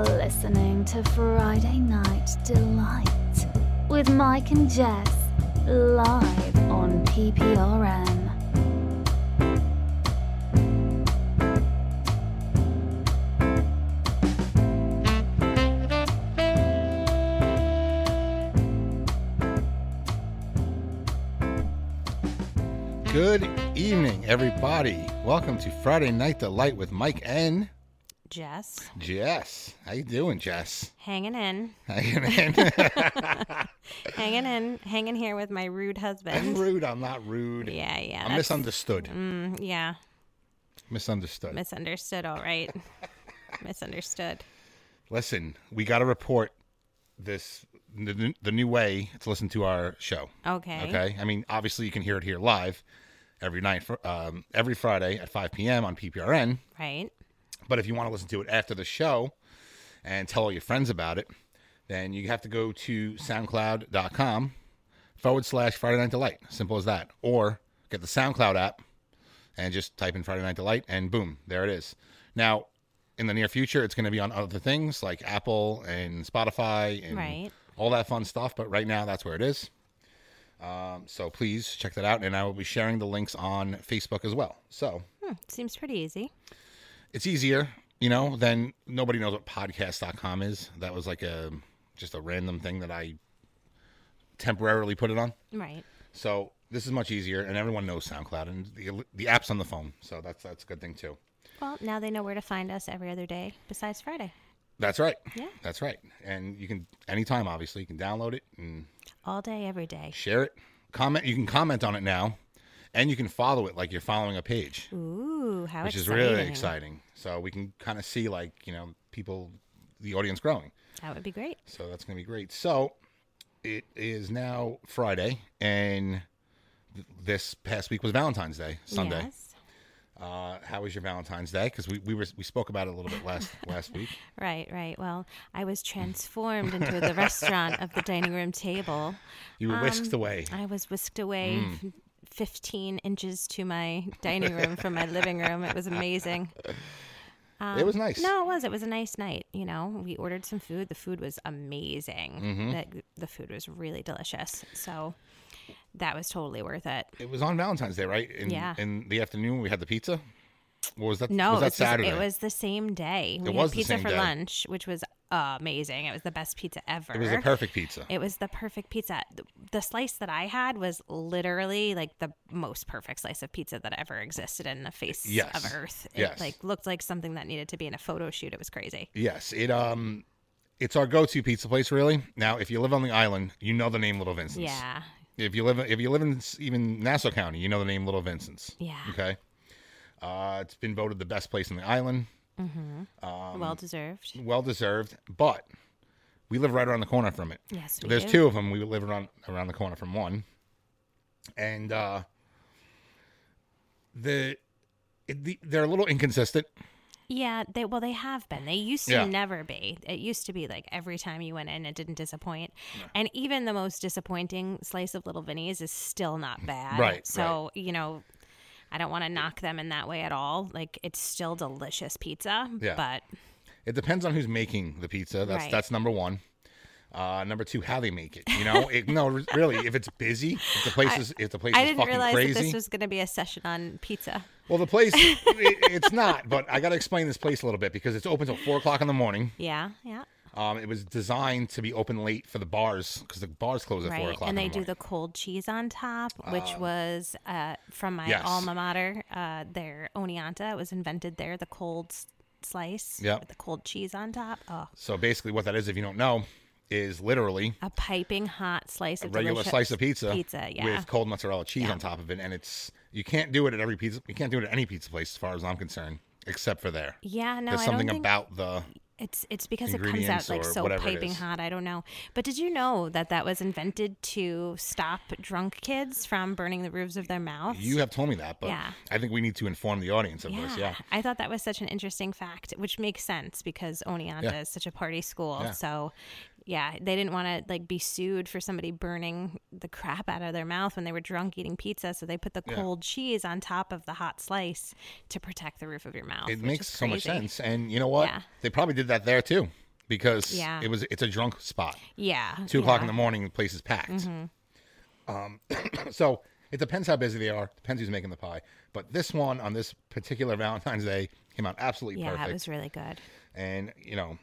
listening to Friday Night Delight with Mike and Jess live on PPRN. Good evening, everybody. Welcome to Friday Night Delight with Mike and Jess, Jess. How you doing, Jess? hanging in, Hanging in. hanging in, hanging here with my rude I'm husband. rude. I'm not rude. Yeah, yeah, I'm that's- misunderstood. Mm, yeah, Misunderstood. misunderstood. All right, misunderstood. Listen, we got to report this the, the new way to listen to our show. Okay. Okay. I mean, obviously, you can hear it here live every night, for, um, every Friday at 5 p.m. on PPRN. Right. But if you want to listen to it after the show and tell all your friends about it, then you have to go to soundcloud.com forward slash Friday Night Delight. Simple as that. Or get the SoundCloud app and just type in Friday Night Delight and boom, there it is. Now, in the near future, it's going to be on other things like Apple and Spotify and Right. all that fun stuff. But right now, that's where it is. Um, so please check that out. And I will be sharing the links on Facebook as well. So Hmm, seems pretty easy. it's easier, you know, than nobody knows what podcast.com is. That was like a just a random thing that I temporarily put it on. Right. So this is much easier, and everyone knows SoundCloud and the, the app's on the phone. So that's that's a good thing too. Well, now they know where to find us every other day besides Friday. That's right. Yeah. That's right. And you can anytime, obviously, you can download it and All day, every day. share it. Comment. You can comment on it now, and you can follow it like you're following a page, Ooh, how which is exciting! really exciting. So we can kind of see like you know people, the audience growing. That would be great. So that's going to be great. So it is now Friday, and th- this past week was Valentine's Day, Sunday. Yes. Uh, how was your Valentine's Day? Because we, we were we spoke about it a little bit last last week. Right, right. Well, I was transformed into the restaurant of the dining room table. You Um, were whisked away. I was whisked away Mm. f- 15 inches to my dining room from my living room. It was amazing. it was nice. um, No, it was. It was a nice night. You know, we ordered some food. The food was amazing. Mm-hmm. That the food was really delicious. So that was totally worth it. It was on Valentine's Day, right? In, Yeah. In the afternoon, we had the pizza. Or was that No, Was it, that was the- Saturday? it was the same day. We was had the pizza same for day. lunch, which was amazing. It was the best pizza ever. It was a perfect pizza. It was the perfect pizza. The- The slice that I had was literally like the most perfect slice of pizza that ever existed in the face Yes. of earth. It Yes. like looked like something that needed to be in a photo shoot. It was crazy. yes. It um. It's our go-to pizza place, really. Now, if you live on the island, you know the name Little Vincent's. Yeah. If you live, if you live in s- even Nassau County, you know the name Little Vincent's. Yeah. Okay. Uh, it's been voted the best place on the island. um, well deserved. Well deserved, but we live right around the corner from it. Yes, we There's do. two of them. We live around around the corner from one, and uh, the, it, the they're a little inconsistent. Yeah, they well they have been. They used to Yeah. never be. It used to be like every time you went in it didn't disappoint. And even the most disappointing slice of little Vinny's is still not bad. Mm. Right, So, you know, I don't want to knock them in that way at all. Like it's still delicious pizza, Yeah. but It depends on who's making the pizza. That's Right. that's number one. Uh, number two, how they make it. You know, it, no, really. If it's busy, if the place is if the place I is didn't fucking realize crazy, that this was going to be a session on pizza. Well, the place, it, it's not, but I got to explain this place a little bit because it's open till four o'clock in the morning. Yeah, yeah, Um, it was designed to be open late for the bars because the bars close at four right. o'clock. And in they the do morning. Um, the cold cheese on top, which was uh, from my yes. alma mater. Uh, their Oneonta it was invented there. The cold s- slice Yep. with the cold cheese on top. Oh, So basically, what that is, if you don't know, is literally a piping hot slice of regular delicious slice of pizza, Pizza, yeah. with cold mozzarella cheese on top of it, and it's you can't do it at every pizza. You can't do it at any pizza place, as far as I'm concerned, except for there. yeah, no, There's I don't something think about the It's it's because it comes out ingredients like or so whatever it piping is. hot. I don't know. But did you know that that was invented to stop drunk kids from burning the roofs of their mouths? you have told me that, but Yeah. I think we need to inform the audience of this. Yeah, I thought that was such an interesting fact, which makes sense because Oneonta Yeah. is such a party school. Yeah. So, yeah, they didn't want to like be sued for somebody burning the crap out of their mouth when they were drunk eating pizza. So they put the cold cheese on top of the hot slice to protect the roof of your mouth. it which makes is so much crazy. sense, and you know what? Yeah. They probably did that there too, because Yeah. it was it's a drunk spot. Yeah. Mm-hmm. Two o'clock in the morning, the place is packed. Um, so it depends how busy they are. Depends who's making the pie. But this one on this particular Valentine's Day came out absolutely Yeah, perfect. it was really good. and you know,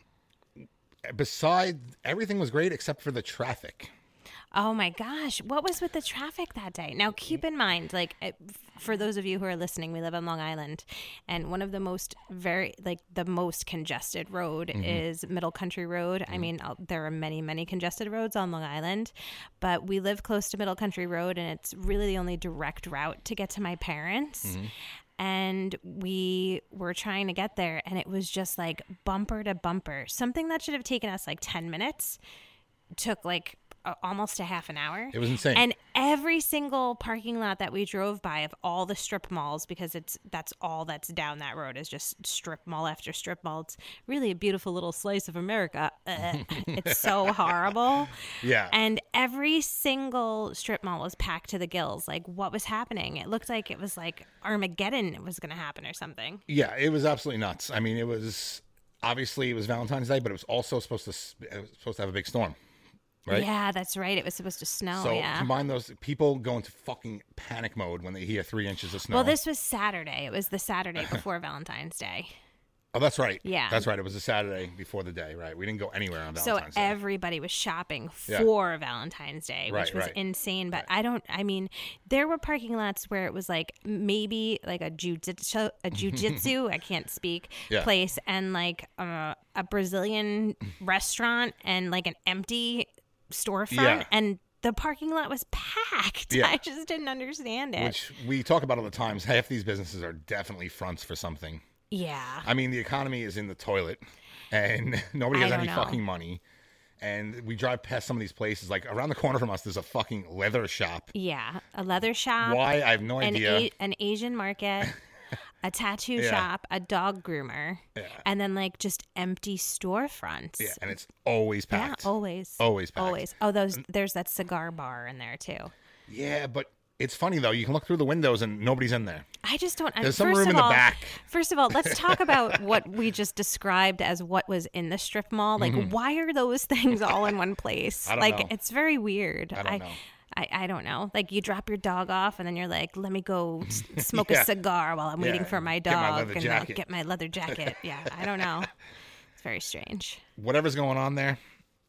beside everything was great except for the traffic. Oh my gosh, what was with the traffic that day? Now, keep in mind, like, it- for those of you who are listening, we live on Long Island, and one of the most very, like, the most congested road is Middle Country Road. I mean, i there are many, many congested roads on Long Island, but we live close to Middle Country Road, and it's really the only direct route to get to my parents. And we were trying to get there, and it was just like bumper to bumper. Something that should have taken us like 10 minutes took like a- almost a half an hour. It was insane. And every single parking lot that we drove by of all the strip malls, because it's that's all that's down that road is just strip mall after strip mall. It's really a beautiful little slice of America. Ugh. it's so horrible. Yeah. And every single strip mall was packed to the gills. Like what was happening? It looked like it was like Armageddon was going to happen or something. Yeah, it was absolutely nuts. I mean, it was obviously it was Valentine's Day, but it was also supposed to s- it was supposed to have a big storm, right? Yeah, that's right. It was supposed to snow. so Oh, yeah. combine those people go into fucking panic mode when they hear three inches of snow. Well, this was Saturday. It was the Saturday before Valentine's Day. oh, that's right. Yeah. that's right. It was a Saturday before the day, right? We didn't go anywhere on so Valentine's Day. everybody was shopping Yeah. for Valentine's Day, which Right, was right. insane. But I don't. I mean, there were parking lots where it was like maybe like a jujitsu, a jujitsu. I can't speak Yeah. place, and like uh, a Brazilian restaurant, and like an empty storefront, Yeah. and the parking lot was packed. Yeah. I just didn't understand it. Which we talk about all the times. Half these businesses are definitely fronts for something. yeah. I mean, the economy is in the toilet, and nobody I has don't any know. fucking money. And we drive past some of these places, like around the corner from us, there's a fucking leather shop. yeah. A leather shop. Why? I have no an, idea. A- an Asian market, a tattoo Yeah. shop, a dog groomer, and then like just empty storefronts. Yeah, and it's always Yeah, oh. packed. always. Always packed. Always. Oh, those there's that cigar bar in there too. Yeah, but it's funny though. You can look through the windows and nobody's in there. I just don't. I- There's some first room of in the all- back. First of all, let's talk about what we just described as what was in the strip mall. Like, why are those things all in one place? Mm-hmm. I don't like, know. it's very weird. I don't know. I, I don't know. Like, you drop your dog off, and then you're like, "Let me go s- smoke Yeah. a cigar while I'm waiting Yeah, for my get my dog leather and jacket. Like, get my leather jacket." yeah, I don't know. It's very strange. Whatever's going on there,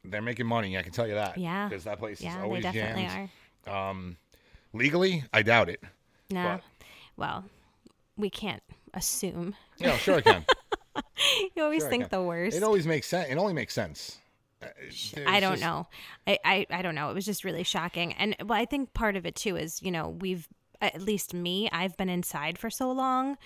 they're making money. I can tell you that. Yeah. because that place yeah, is they always definitely jammed. Legally, I doubt it. are. No, But- well, we can't assume. Yeah, sure I can. You always Sure I think can. the worst. it always makes sense. It only makes sense. Uh, I there's don't just- know. I, I, I don't know. It was just really shocking. And well, I think part of it too is, you know, we've, at least me, I've been inside for so long.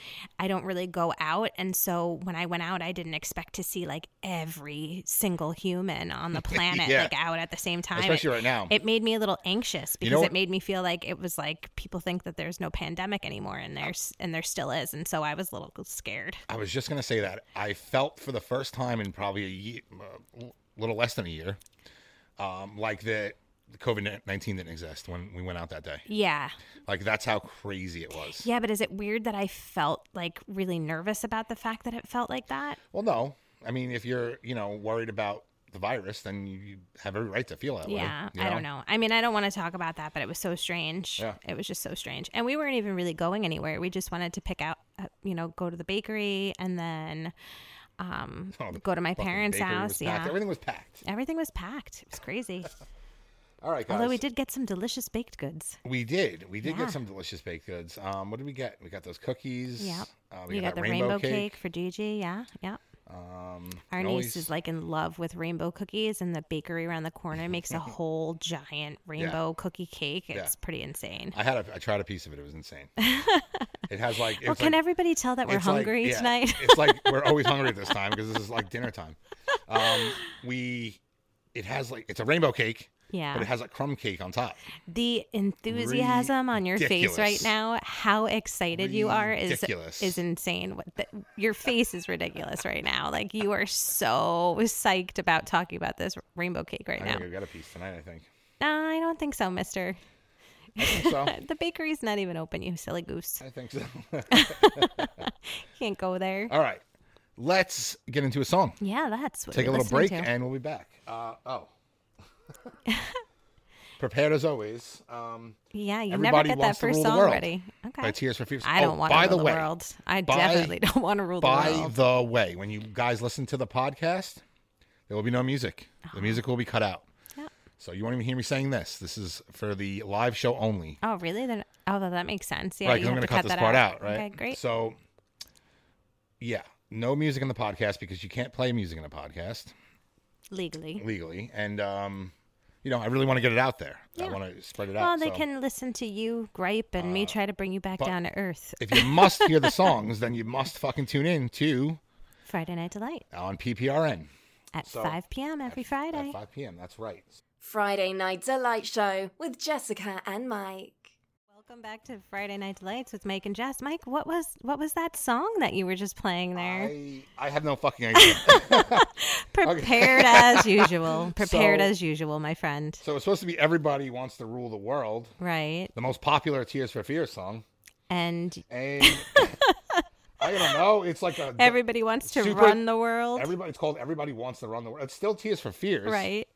I don't really go out. And so when I went out, I didn't expect to see like every single human on the planet Yeah. like out at the same time. Especially It- right now. It made me a little anxious because know what- it made me feel like it was like people think that there's no pandemic anymore and there's and there still is. And so I was a little scared. I was just gonna say that I felt for the first time in probably a year, a little less than a year, um, like that COVID nineteen didn't exist when we went out that day. Yeah. Like that's how crazy it was. Yeah, but is it weird that I felt like really nervous about the fact that it felt like that? Well, no. I mean, if you're, you know, worried about the virus, then you have every right to feel that way. Yeah, you I don't know. I mean, I don't want to talk about that, but it was so strange. Yeah. It was just so strange. And we weren't even really going anywhere. We just wanted to pick out, uh, you know, go to the bakery and then um, Oh, the go to my fucking parents' bakery was house. packed. Yeah. Everything was packed. Everything was packed. It was crazy. All right, guys. Although we did get some delicious baked goods. We did. We did Yeah. get some delicious baked goods. Um, what did we get? We got those cookies. Yep. Uh, we You got, got that the rainbow, cake. for Gigi. Yeah. Yep. Um, Our and niece always- is like in love with rainbow cookies, and the bakery around the corner makes a whole giant rainbow cookie cake. It's pretty insane. I had. A, I tried a piece of it. It was insane. it has like. Well, it's can like- everybody tell that we're it's like- hungry yeah, tonight? it's like we're always hungry at this time because this is like dinner time. Um, we. It has like it's a rainbow cake, yeah. but it has a crumb cake on top. the enthusiasm on your face right Ridiculous. now how excited you are is Ridiculous. is insane what the, your face is ridiculous right now like you are so psyched about talking about this rainbow cake right I now think I got a piece tonight. I think. no i don't think so mister I think so. the bakery's not Uh, even open you silly goose I think so. can't go there uh, All right. Let's get into a song. Yeah, that's what Take a we're little listening break, to. and we'll be back. Uh, oh, prepared as always. Um, yeah, you never Everybody get that Wants to first Rule the song World ready. Okay. By Tears for Fears. I Oh, don't want by to rule the the, way, world. I by- definitely don't want to rule the By world. the way, when you guys listen to the podcast, there will be no music. The music will be cut out. Uh-huh. Yeah. So you won't even hear me saying this. This is for the live show only. Oh, really? Then, oh, well, that makes sense. Yeah, right, you because I'm going have to to cut this that part out. right? Okay, great. So, yeah, no music in the podcast because you can't play music in a podcast Legally. legally. And, um, you know, I really want to get it out there. I want to spread it out. Well, they so- Uh, can listen to you gripe and me try to bring you back down to earth. If you must hear the songs, then you must fucking tune in to Friday Night Delight on PPRN at So- 5 p.m. every Friday. at 5 p.m. That's right. Friday Night Delight Show with Jessica and Mike. Welcome back to Friday Night Delights with Mike and Jess. Mike, what was what was that song that you were just playing there? I, I have no fucking idea. Prepared as usual. Prepared So- as usual, my friend. so it's supposed to be Everybody Wants to Rule the World, Right. the most popular Tears for Fears song. And And I don't know. It's like a. everybody wants to Super- run the world. Everybody, it's called Everybody Wants to Run the World. It's still Tears for Fears. right.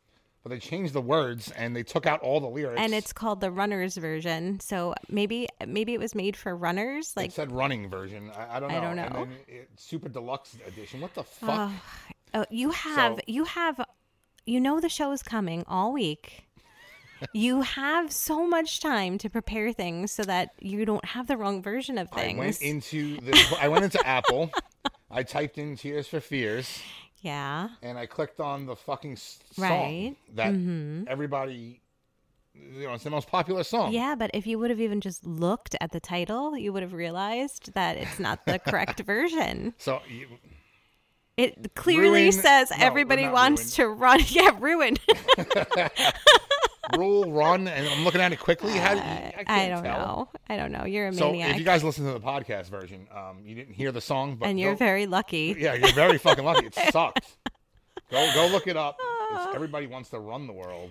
But they changed the words and they took out all the lyrics. And it's called the runner's version. So maybe maybe it was made for runners. It Like said running version. I, I don't know. I don't And know. then it, super deluxe edition. What the fuck? Oh, oh, you have So- you have you know the show is coming all week. you have so much time to prepare things so that you don't have the wrong version of I things. went into the. I went into Apple. I typed in Tears for Fears, yeah. and I clicked on the fucking s- song Right. Mm-hmm. that everybody. You know, it's the most popular song. Yeah, but if you would have even just looked at the title, you would have realized that it's not the correct version. So you, It clearly Ruin- says no, everybody not wants to run. Yeah, ruin. rule run, and I'm looking at it quickly. How do you, I, can't Uh, I don't tell. know. I don't know. You're a So maniac. if you guys listen to the podcast version, um, you didn't hear the song, but and you're go- very lucky. yeah, you're very fucking lucky. It sucked. Go go look it up. Uh. It's everybody wants to run the world.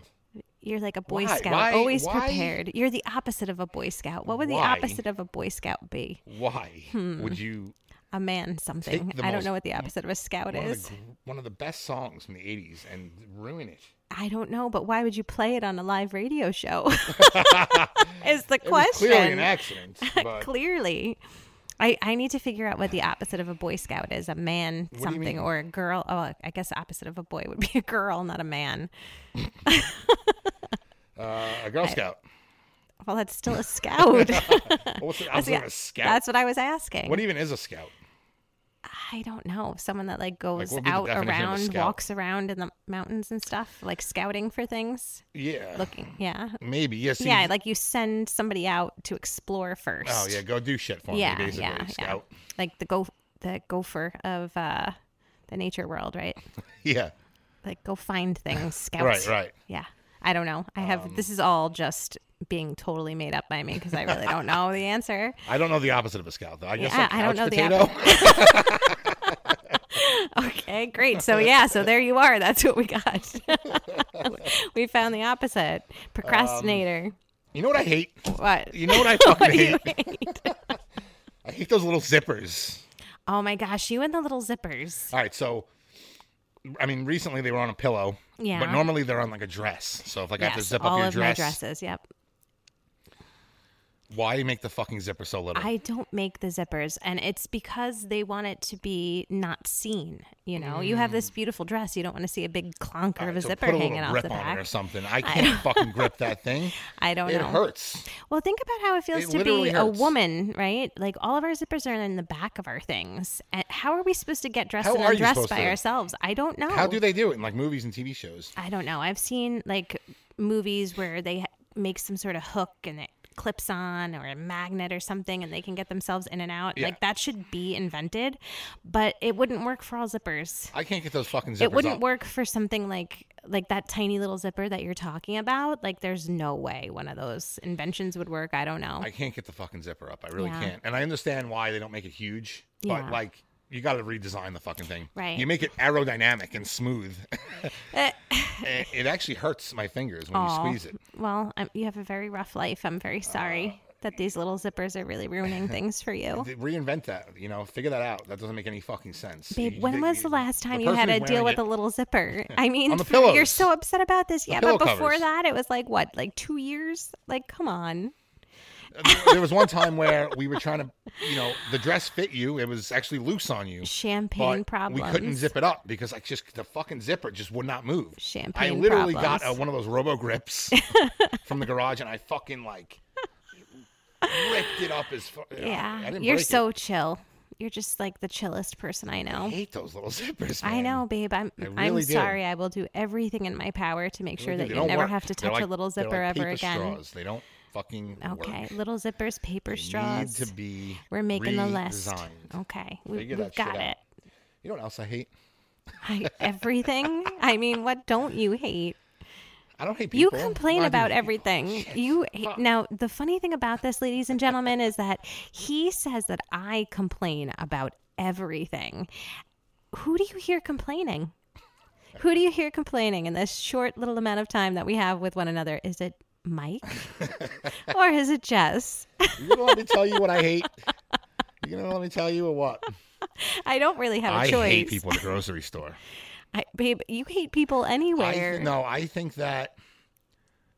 You're like a Boy Why? Scout, Why- always why- prepared. You're the opposite of a Boy Scout. What would Why? the opposite of a Boy Scout be? Why Hmm. would you? A man something. the I don't most- know what the opposite of a scout One of, is. the, gr- one of the best songs from the 80s and ruin it. I don't know, but why would you play it on a live radio show? is the It question. was clearly an accident, but Clearly. I, I need to figure out what the opposite of a Boy Scout is a man you something mean? or a girl. Oh, I guess the opposite of a boy would be a girl, not a man. uh, a Girl Scout. Well, that's still a scout. What's the opposite of a Scout? That's what I was asking. what even is a Scout? I don't know. Someone that like goes what would be the out definition of a around, scout? walks around in the mountains and stuff, like scouting for things, Yeah, looking. Yeah. maybe. Yes. Yeah, like you send somebody out to explore first. Oh yeah, go do shit for Yeah, me, basically. yeah, yeah. Scout. Like the go the gopher of uh the nature world, right? Yeah. Like go find things, scout. Right. Um, Right. Yeah. I don't know. I have this is all just being totally made up by me because I really don't know the answer. I don't know the opposite of a scout though. I guess Yeah, like I don't know couch the potato. Okay, great. So yeah, so there you are. That's what we got. we found the opposite. Procrastinator. you know what I hate? what? Um, You know what I fucking hate? I hate those little zippers. Oh my gosh, you and the little zippers. All right, so I mean, recently they were on a pillow. Yeah. But normally they're on like a dress. So if like I have to Yes, zip all up your of dress, my dresses. Yep. why do you make the fucking zipper so little? I don't make the zippers, and it's because they want it to be not seen. You know, you have this beautiful dress, you don't want to see a big clonker of a Mm. So zipper put a hanging little off grip the on back. Oh, it or something. I can't fucking grip that thing. I don't it know. hurts. Well, think about how it feels It to literally be a hurts. woman, right? Like all of our zippers are in the back of our things. And how are we supposed to get dressed How and are you undressed supposed by to? ourselves? I don't know. How do they do it in like movies and TV shows? I don't know. I've seen like movies where they ha- make some sort of hook and it clips on or a magnet or something and they can get themselves in and out. Yeah. Like that should be invented, but it wouldn't work for all zippers. I can't get those fucking zippers it wouldn't up. work for something like like that tiny little zipper that you're talking about. Like there's no way one of those inventions would work. I don't know. I can't get the fucking zipper up. I really Yeah. can't. And I understand why they don't make it huge, Yeah. but like you got to redesign the fucking thing. Right. Eh. You make it aerodynamic and smooth. And it Ah. actually hurts my fingers when you Aw. squeeze it. Well, I'm, you have a very rough life. I'm very sorry. that these little zippers are really ruining things for you. Th- Reinvent that, you know, figure that out. That doesn't make any fucking sense. Babe, You- when was the last time you person had to who's deal with wearing a it- little zipper? I mean, the for- you're pillows. so upset about this. Yeah, pillow but before covers. that, it was like, what, like two years? Like, come on. there was one time where we were trying to, you know, the dress fit you. It was actually loose on you. Champagne but problems. We couldn't zip it up because I just the fucking zipper just would not move. I Champagne literally got uh, problems. one of those Robo grips from the garage, and I fucking like ripped it up as. Fu- Yeah. I, didn't you're break it. so chill. You're just like the chillest person I I know. hate those little zippers. I man. know, babe. I'm I'm really do. sorry. I will do everything in my power to make They sure really that do. They you don't never work. have to They're touch a like- little they're zipper like ever paper again. Straws. They don't fucking work. Okay, little zippers, paper They straws. Need to be. We're making the list. redesigned. Okay, we, Figure we've that shit got out. it. You know what else I hate? I, everything. I mean, what don't you hate? I don't hate You people. Oh, complain Why do about you- everything. You hate, now the funny thing about this, ladies and gentlemen, is that he says that I complain about everything. Who do you hear complaining? Who do you hear complaining in this short little amount of time that we have with one another? Is it Mike or is it Jess? You gonna let me tell you what I hate? You gonna let me tell you or what? I don't really have a I choice. hate people at the grocery store. I, babe, you hate people I th- anywhere. no, I think that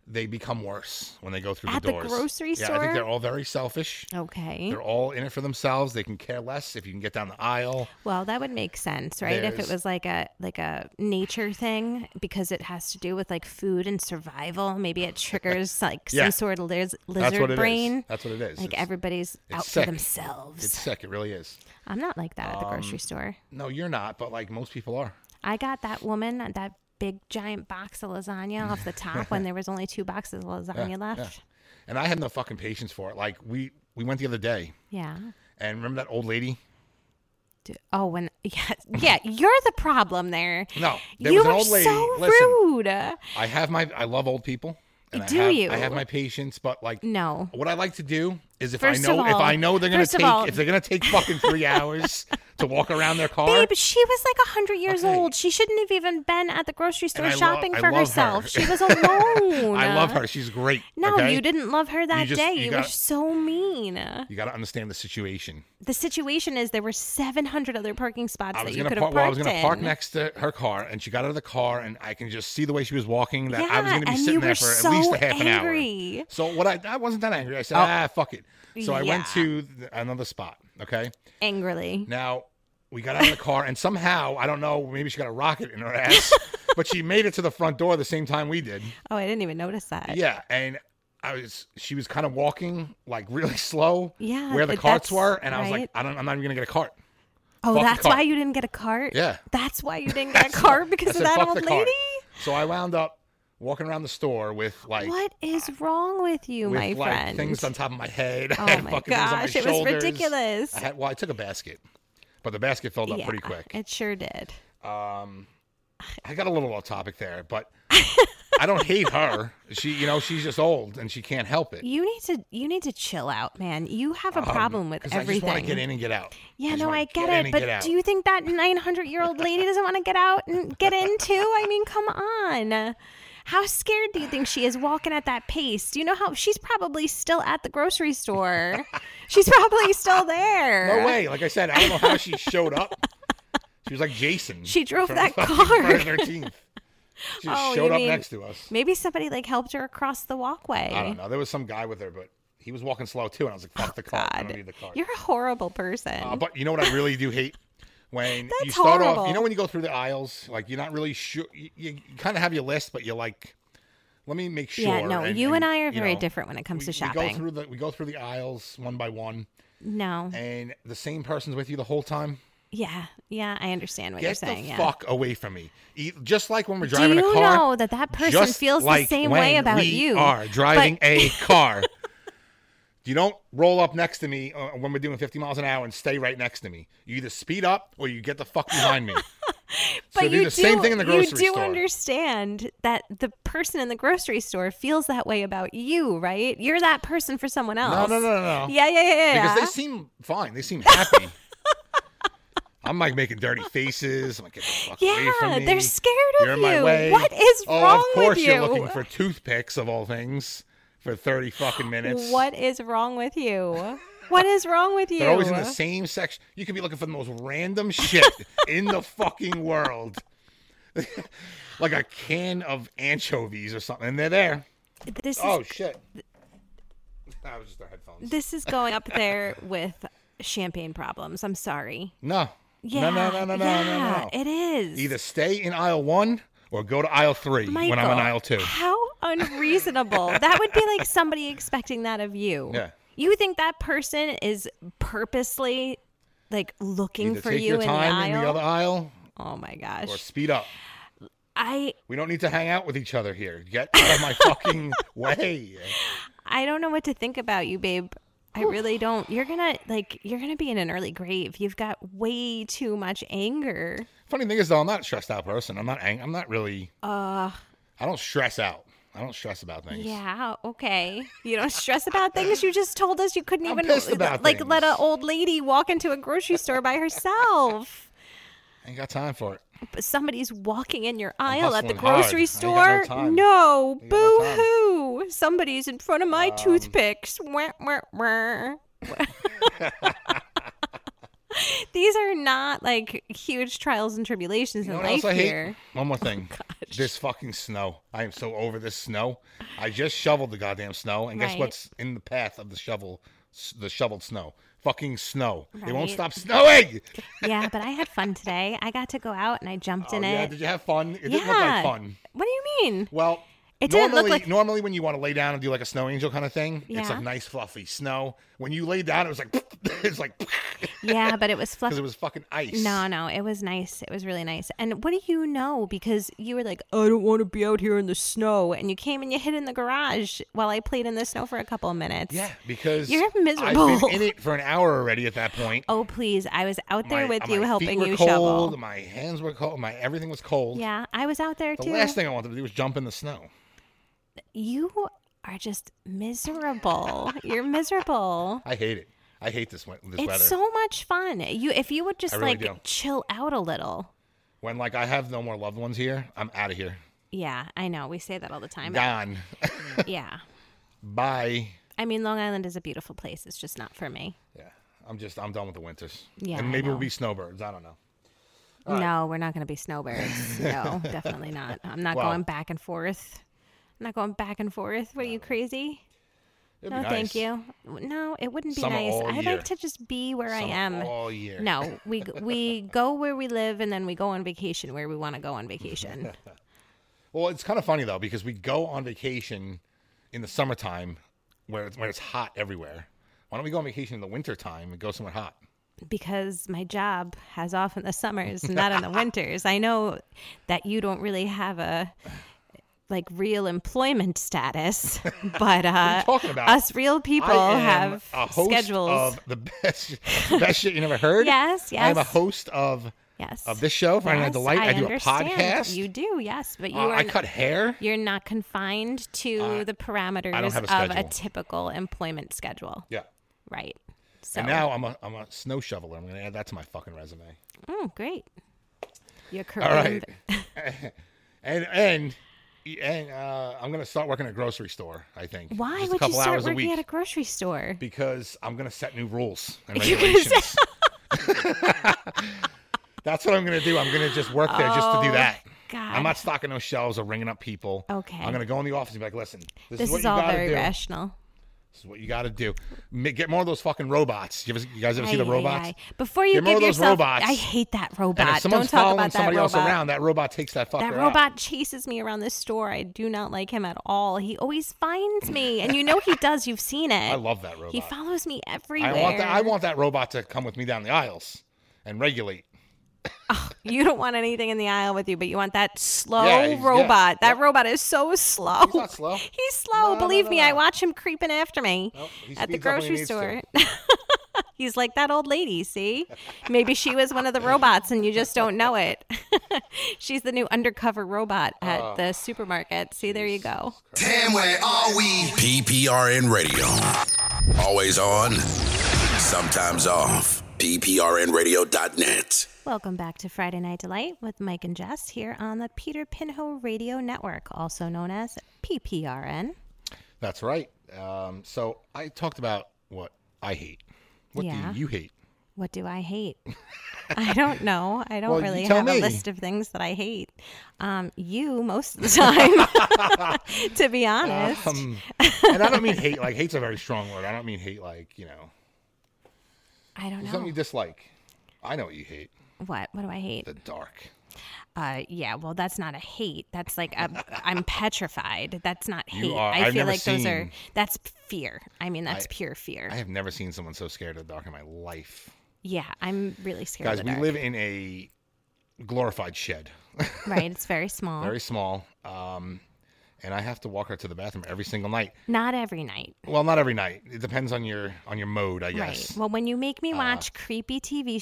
they become worse when they go through At the the doors. grocery yeah, I think store? they're all very selfish. Okay. They're all in it for themselves. They can care less if you can get down the aisle. Well, that would make sense, right? If There's- it was like a like a nature thing because it has to do with like food and survival, maybe it triggers like Yeah. some sort of liz- That's what it lizard is. brain. That's what it is. Like it's, everybody's out sick. for themselves. it's sick. It really is. I'm not like that at the grocery store. No, you're not, but like most people are. I got that woman that big giant box of lasagna off the top when there was only two boxes of lasagna left. And I have no fucking patience for it. Like we we went the other day, Yeah. and remember that old lady? D- Oh, when yeah, yeah, you're the problem there. No, there you was an are old lady. so Listen. rude. I have my I love old people. And Do I have, you? I have my patience, but like No, What I like to do is if First I of know if all- I know they're gonna first of take all- if they're gonna take fucking three hours to walk around their car. Babe, she was like 100 years Okay. old. She shouldn't have even been at the grocery store I lo- shopping I for love her. herself. She was alone. I love her. She's great. No, okay? you didn't love her that just- day. you You, were got- so mean. You got to understand the situation. The situation is there were 700 other parking spots I that was you gonna could park. have parked Well, I was gonna in. park next to her car, and she got out of the car, and I can just see the way she was walking that I was Yeah, gonna be and sitting you there were for at least so a half an angry. Oh. hour. So what? I I wasn't that angry. I said, ah, fuck it. So I went Yeah. to th- another spot. Okay. Angrily. Now we got out of the car, and somehow I don't know. Maybe she got a rocket in her ass, but she made it to the front door the same time we did. Oh, I didn't even notice that. Yeah, and I was she was kind of walking like really slow. Yeah, where the but carts that's- were, and I was like, right? I don't, I'm not even gonna get a cart. oh, fuck the that's cart. why you didn't get a cart? Yeah. That's why you didn't get a cart because I of said, that "Fuck old the lady? cart." So I wound up walking around the store with like What is wrong with you, with my like friend? things on top of my head. Oh I had my fucking things on gosh, it was shoulders. ridiculous. I had, well, I took a basket, but the basket filled up yeah, pretty quick. It sure did. Um, I got a little off topic there, but I don't hate her. She, you know, she's just old and she can't help it. You need to you need to chill out, man. You have a Um, problem with 'cause everything. I just want to get in and get out. yeah, just no, wanna I get in and it. get out. But do you think that 900 year old lady doesn't want to get out and get in too? I mean, come on. How scared do you think she is walking at that pace? Do you know how she's probably still at the grocery store? she's probably still there. No way. Like I said, I don't know how she showed up. She was like Jason. She drove from that fucking car. Friday the 13th. She just Oh, showed you up mean- next to us. Maybe somebody like helped her across the walkway. I don't know. There was some guy with her, but he was walking slow too, and I was like, Oh, "Fuck the car! I don't need the car." You're a horrible person. Uh, but you know what I really do hate when you That's start off. You horrible. know when you go through the aisles, like you're not really sure. You, you kind of have your list, but you're like, "Let me make sure." yeah, no, you and I are you very know, different when it comes We, to we shopping. go through the we go through the aisles one by one, no. and the same person's with you the whole time. Yeah, yeah, I understand what you're Get saying. the yeah. fuck away from me! E- Just like when we're Do driving you a car, know that that person just feels like the same when way about we you? Are driving a car. You don't roll up next to me uh, when we're doing 50 miles an hour and stay right next to me. You either speed up or you get the fuck behind me. But so you do the same do- thing in the You grocery do store. understand that the person in the grocery store feels that way about you, right? You're that person for someone no, else. no, no, no. Yeah, yeah, yeah, yeah. Because they seem fine. They seem happy. I'm like making dirty faces. I'm like, get the fuck away from Yeah, me. they're scared of You're in my you. way. What is oh, wrong of with course you're you? looking for toothpicks of all things. for 30 fucking minutes. What is wrong with you? What is wrong with you? They're always in the same section. You could be looking for the most random shit in the fucking world. like a can of anchovies or something. And they're there. This is Oh, shit. That was just the headphones. this is going up there with champagne problems. I'm sorry. No. Yeah, No, no, no, no, no, yeah, no, no. It is Either stay in aisle one or go to aisle three when I'm in Michael, aisle two. How unreasonable. that would be like somebody expecting that of you. Yeah. You think that person is purposely like looking Either for take you your time in the in the aisle? other aisle oh my gosh. or speed up. I We don't need to hang out with each other here. Get out of my fucking way. I don't know what to think about you, babe. I really don't. You're gonna like you're gonna be in an early grave. You've got way too much anger. Funny thing is, though, I'm not a stressed out person. I'm not angry. I'm not really. Uh I don't stress out. I don't stress about things. yeah, okay. You don't stress about things. You just told us you couldn't I'm even pissed about like let an things. old lady walk into a grocery store by herself. Ain't got time for it. but somebody's walking in your aisle at the hustling hard. grocery I ain't got no store. time. No, ain't got no boo time. Um, hoo. Somebody's in front of my toothpicks. Wah, wah, wah. These are not like huge trials and tribulations You know in what else life I hate? here. Oh, One more thing. This fucking snow. I am so over this snow. I just shoveled the goddamn snow, and guess Right. what's in the path of the shovel? s- The shoveled snow. Fucking snow. It won't Right. stop snowing. yeah, but I had fun today. I got to go out and I jumped Oh, in yeah. it. Did you have fun? It didn't look yeah. like fun. What do you mean? Well, It didn't look normally, like- normally when you want to lay down and do like a snow angel kind of thing, it's Yeah. like nice fluffy snow. When you lay down, it was like it's like because Yeah, but it was fluffy. it was fucking ice. No, no, it was nice. It was really nice. And what do you know? Because you were like, I don't want to be out here in the snow, and you came and you hid in the garage while I played in the snow for a couple of minutes. Yeah, because You're I've miserable. been in it for an hour already at that point. Oh please, I was out there My- with my you, feet helping were you cold, shovel. My hands were cold. My everything was cold. Yeah, I was out there The too. last thing I wanted to do was jump in the snow. You are just miserable. You're miserable. I hate it. I hate this win- this It's weather. so much fun. You, if you would just really like do. chill out a little. when like I have no more loved ones here, I'm out of here. Yeah, I know. We say that all the time. Gone. Yeah. Bye. I mean, Long Island is a beautiful place. It's just not for me. Yeah. I'm just I'm done with the winters. Yeah, And I maybe we'll know. be snowbirds. I don't know. No, we're not going to be snowbirds. No, definitely not. I'm not Well- going back and forth. I'm not going back and forth. What are you crazy? It'd No, be nice. thank you. No, it wouldn't be Summer nice. all I year. like to just be where I Summer am. all year. No, we we go where we live and then we go on vacation where we want to go on vacation. Well, it's kind of funny though because we go on vacation in the summertime where it's, when it's hot everywhere. Why don't we go on vacation in the wintertime and go somewhere hot? because my job has off in the summers and not in the winters. I know that you don't really have a like real employment status, but uh, talking about? us real people I am have a host schedules. of the best, best shit you never heard. Yes, I am a yes. host of yes, of this show, Friday Night Yes, Delight. I, do a understand. podcast. You do, yes, but you Uh, are. I cut hair. you're not confined to the parameters I don't have a of a schedule. typical employment schedule, Yeah. right? So, And now I'm a I'm a snow shoveler. I'm gonna add that to my fucking resume. Mm, great. Your career. All right. and and and uh, I'm gonna start working at a grocery store. I think. Just Why a would you couple start hours a working week. at a grocery store? because I'm gonna set new rules and You're gonna set- regulations. That's what I'm gonna do. I'm gonna just work there just Oh, to do that. I'm God. not stocking no shelves or ringing up people. Okay. I'm gonna go in the office and be like, "Listen, this, This is what is you all gotta very do. rational. This is what you gotta do. Ma- Get more of those fucking robots. You, ever, you guys ever see the Ay, ay, robots? ay. Before you Get more give of those yourself, robots. I hate that And if robot. Don't someone's talk following about that somebody robot. else around, that robot takes that fucker that out. robot chases me around the store. I do not like him at all. He always finds me, and you know he does. You've seen it. I love that robot. He follows me everywhere. I want that. I want that robot to come with me down the aisles and regulate. You don't want anything in the aisle with you, but you want that slow Yeah, he's- yeah, robot. That yep. robot is so slow. He's not slow. He's slow. No, no, Believe no, me, no. I watch him creeping after me Nope, he at the speeds up when he grocery needs store. to. He's like that old lady, see? Maybe she was one of the robots and you just don't know it. She's the new undercover robot at Oh. the supermarket. See, there you go. Damn, where are we? PPRN Radio. Always on, sometimes off. PPRNradio.net. Welcome back to Friday Night Delight with Mike and Jess here on the Peter Pinho Radio Network, also known as PPRN. That's right. Um, so I talked about what I hate. What Yeah. do you hate? What do I hate? I don't know. I don't Well, you really tell have me. a list of things that I hate. Um, you most of the time, to be honest. Um, and I don't mean hate. Like hate's a very strong word. I don't mean hate. Like you know, I don't know something you dislike. I know what you hate. what. What do I hate? The dark. Uh, yeah. Well, that's not a hate. That's like a, I'm petrified. That's not You hate. are- I I've feel never like those are seen- that's fear. I mean, that's I- pure fear. I have never seen someone so scared of the dark in my life. yeah, I'm really scared. Guys, of we the dark. live in a glorified shed. right. It's very small. very small. Um, and I have to walk her to the bathroom every single night. Not every night. Well, not every night. It depends on your on your mode, I guess. Right. Well, when you make Ah. me watch creepy TV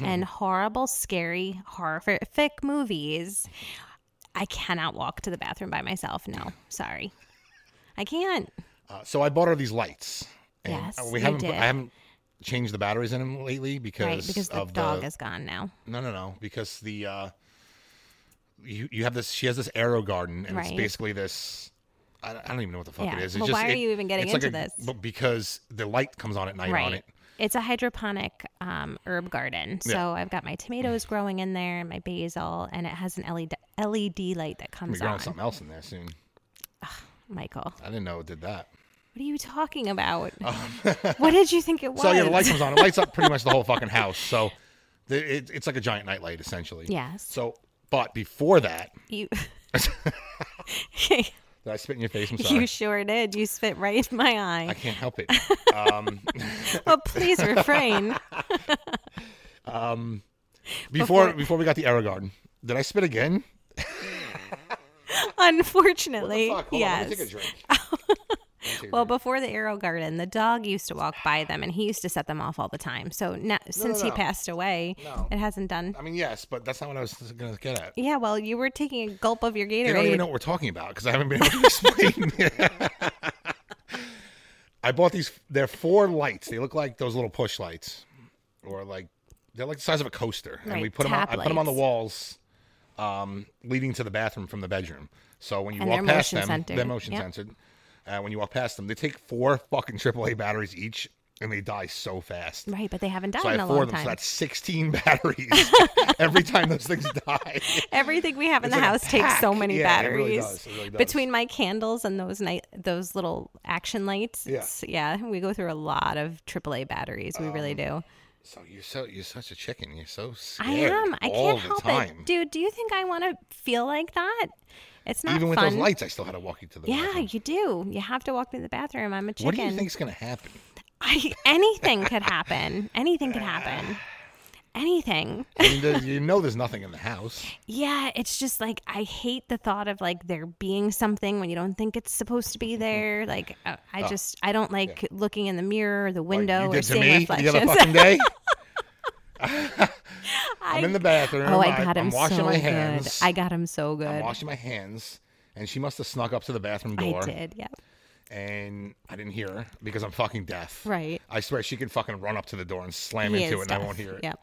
and horrible, scary, horrific movies, I cannot walk to the bathroom by myself. No, sorry. I can't. Uh, so I bought her these lights. And Yes, we you haven't. put- did. I haven't changed the batteries in them lately because right. Because the of dog the, is gone now. No, no, no. Because the uh, you you have this. She has this arrow garden, and it's Right. basically this. I don't, I don't even know what the fuck Yeah. it is. It's Well, just, why are it- you even getting it's like into a- this? But because the light comes on at night on Right. it. It's a hydroponic um, herb garden. So Yeah. I've got my tomatoes growing in there and my basil, and it has an E LED, LED light that I'm comes growing on. something else in there soon. Michael, I didn't know it did that. what are you talking about? what did you think it was? Um, So yeah, the light comes on. It lights up pretty much the whole fucking house. So the, it, it's like a giant nightlight essentially. Yes. So, but before that, You. did I spit in your face? I'm sorry. You sure did. You spit right in my I eye. can't help it. Well, please refrain. Before before we got the arrow garden, did I spit again? Unfortunately, Fuck, hold on, let me yes. take a drink. well, before the Arrow Garden, the dog used to walk by them, and he used to set them off all the time. So now, since no. he passed away, No. it hasn't done. I mean, yes, but that's not what I was going to get at. Yeah, well, you were taking a gulp of your They don't even Gatorade. know what we're talking about because I haven't been able to explain. I bought these. They're four lights. They look like those little push lights, or like they're like the size of a coaster. And we Right, put them. On, I tab put them on the lights. walls, um, leading to the bathroom from the bedroom. So when you And walk they're past motion them, centered. they're motion Yep. censored. Uh, when you walk past them, they take four fucking AAA batteries each, and they die so fast. Right, but they haven't died So I in have a four long of them. time. So that's sixteen batteries every time those things die. Everything we have in It's the like a house takes so pack. many Yeah, it really batteries. does. It really does. Between my candles and those night, those little action lights, Yeah. it's- yeah, we go through a lot of AAA batteries. We really Um, do. So you're so you're such a chicken. You're so scared. I am. I all can't the help time. it, dude. Do you think I want to feel like that? It's not Even with fun. those lights, I still had to walk you to the yeah, bathroom. you do. You have to walk me to the bathroom. I'm a chicken. What do you think's gonna happen? I, anything could happen. Anything could happen. Anything. I mean, there's- you know, there's nothing in the house. Yeah, it's just like I hate the thought of like there being something when you don't think it's supposed to Mm-hmm. be there. Like I, I just I don't like looking in the mirror, or the Oh. Like window, you or did to seeing me the reflections. other fucking day. I'm in the bathroom. oh, I I- got him I'm washing so my hands. good. I got him so I'm good. washing my hands, and she must have snuck up to the bathroom I door, did. Yeah. and I didn't hear her because I'm fucking deaf. Right. I swear she can fucking run up to the door and slam He into is it, and I deaf. won't hear it. Yep.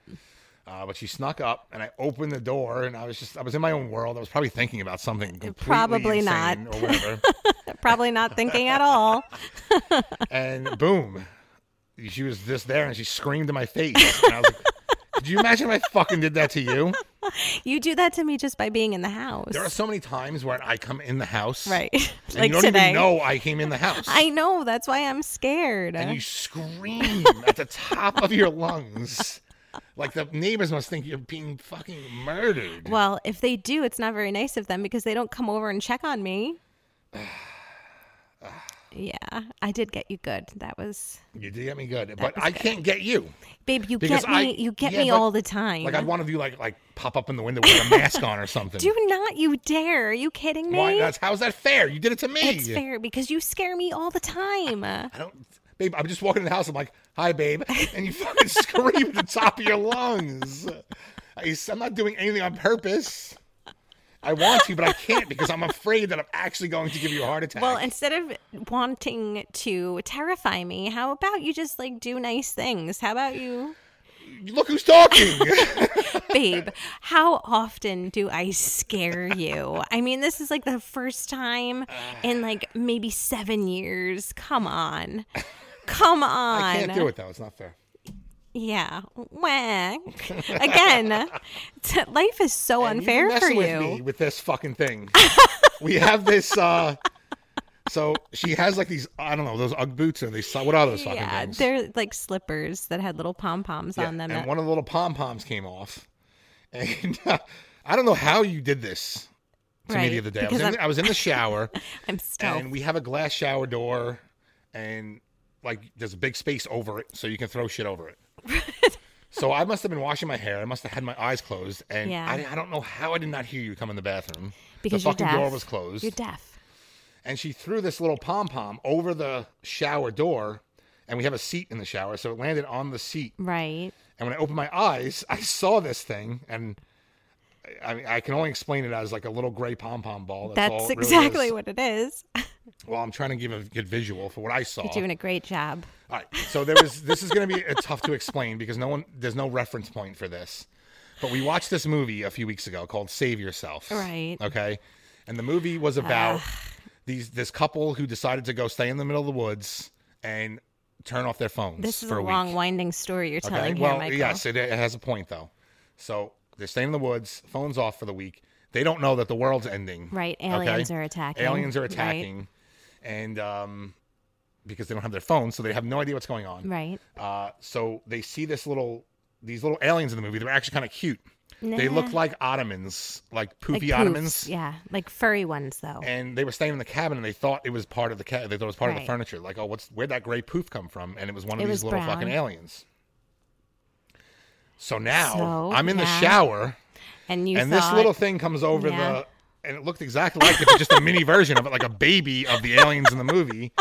Uh, but she snuck up, and I opened the door, and I was just—I was in my own world. I was probably thinking about something completely Probably not. insane or whatever. Probably not thinking at all. and boom, she was just there, and she screamed in my face. And I was like, "Could you imagine if I fucking did that to you?" You do that to me just by being in the house. There are so many times where I come in the house, right. And like you don't today. even know I came in the house. I know. That's why I'm scared. and you scream at the top of your lungs, like the neighbors must think you're being fucking murdered. well, if they do, it's not very nice of them because they don't come over and check on me. yeah, I did get you good. That was, You did get me good, but I can't get you. babe. You Because get me. I- you get yeah, me but- all the time. Like I'd want to do like like pop up in the window with a mask on or something. do not you dare. Are you kidding me? Why? That's how's that fair? You did it to me. it's fair because you scare me all the time. I don't, babe. I'm just walking in the house. I'm like, hi, babe, and you fucking scream at the top of your lungs. I, am not doing anything on purpose. I want to, but I can't because I'm afraid that I'm actually going to give you a heart attack. Well, instead of wanting to terrify me, how about you just like do nice things? How about you Look who's talking. Babe, how often do I scare you? I mean, this is like the first time in like maybe seven years. Come on. Come on. I can't do it though. It's not fair. Yeah. Whack. Again, t- life is so And unfair you for messing with me you. with this fucking thing. we have this. uh So she has like these. I don't know those UGG boots or these. so- What are those fucking Yeah, things? they're like slippers that had little pom poms on them. And one of the little pom poms came off. And uh, I don't know how you did this to me Right, the other day. I was, because in, I'm- I was in the shower, I'm stealth. and we have a glass shower door, and like there's a big space over it, so you can throw shit over it. so I must have been washing my hair. I must have had my eyes closed, and Yeah. I, I don't know how I did not hear you come in the bathroom. because the you're fucking deaf. door was closed You're deaf. and she threw this little pom pom over the shower door, and we have a seat in the shower, so it landed on the seat. Right. And when I opened my eyes, I saw this thing, and I- I mean, I can only explain it as like a little gray pom pom ball. That's, all That's it really exactly is. what it is. Well, I'm trying to give a good visual for what I saw. You're doing a great job. All right, so there was. This is going to be uh tough to explain because no one, there's no reference point for this. But we watched this movie a few weeks ago called "Save Yourself." Right. Okay. And the movie was about these this couple who decided to go stay in the middle of the woods and turn off their phones. This is for a week. long, winding story you're Okay. telling here, well, Michael. yes, it, it has a point though. So they're staying in the woods, phones off for the week. They don't know that the world's ending. Right, okay? aliens are attacking, Aliens are right. attacking, and um, because they don't have their phones, so they have no idea what's going on. Right. Uh, so they see this little these little aliens in the movie. They're actually kind of cute. They Nah. look like ottomans, like poofy Like poofs, ottomans. Yeah. Like furry ones, though. And they were staying in the cabin, and they thought it was part of the ca- they thought it was part of the Right. furniture. Like, oh, what's where'd that gray poof come from? And it was one of It these was little fucking brown. aliens. So now So, I'm in the yeah. shower, And you and saw this little it. thing comes over Yeah. the, and it looked exactly like it, but just a mini version of it, like a baby of the aliens in the movie.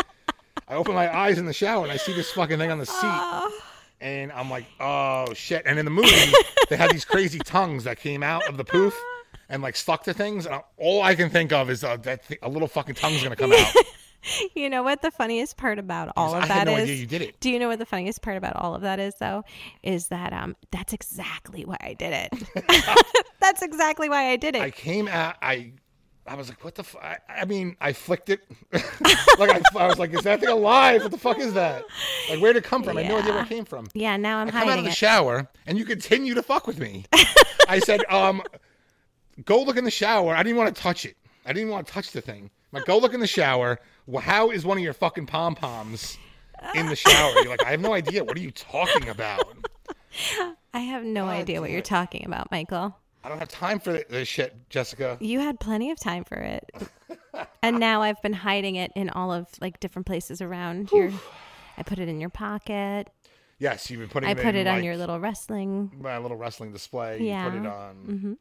I open my eyes in the shower and I see this fucking thing on the Ah. seat, and I'm like, oh shit! And in the movie, they had these crazy tongues that came out of the poof and like stuck to things, and I- all I can think of is uh, that th- a little fucking tongue's gonna come out. You know what the funniest part about all Because of I had that is? no idea you did it. Do you know what the funniest part about all of that is though? Is that um that's exactly why I did it. that's exactly why I did it. I came out. I I was like, what the? F-? I, I mean, I flicked it. like I, I was like, is that thing alive? What the fuck is that? Like, where did it come from? I had no idea where it came from. yeah, now I'm I come out of hiding the it. shower and you continue to fuck with me. I said, um, go look in the shower. I didn't want to touch it. I didn't want to touch the thing. I'm like, go look in the shower. Well, how is one of your fucking pom poms in the shower? You're like, I have no idea. What are you talking about? I have no idea what you're talking about, Michael. I don't have time for th- this shit, Jessica. You had plenty of time for it. and now I've been hiding it in all of like different places around your I put it in your pocket. Yes, you've been putting. I it put in, it on like, your little wrestling. my little wrestling display. You put it Yeah. Mm-hmm. on.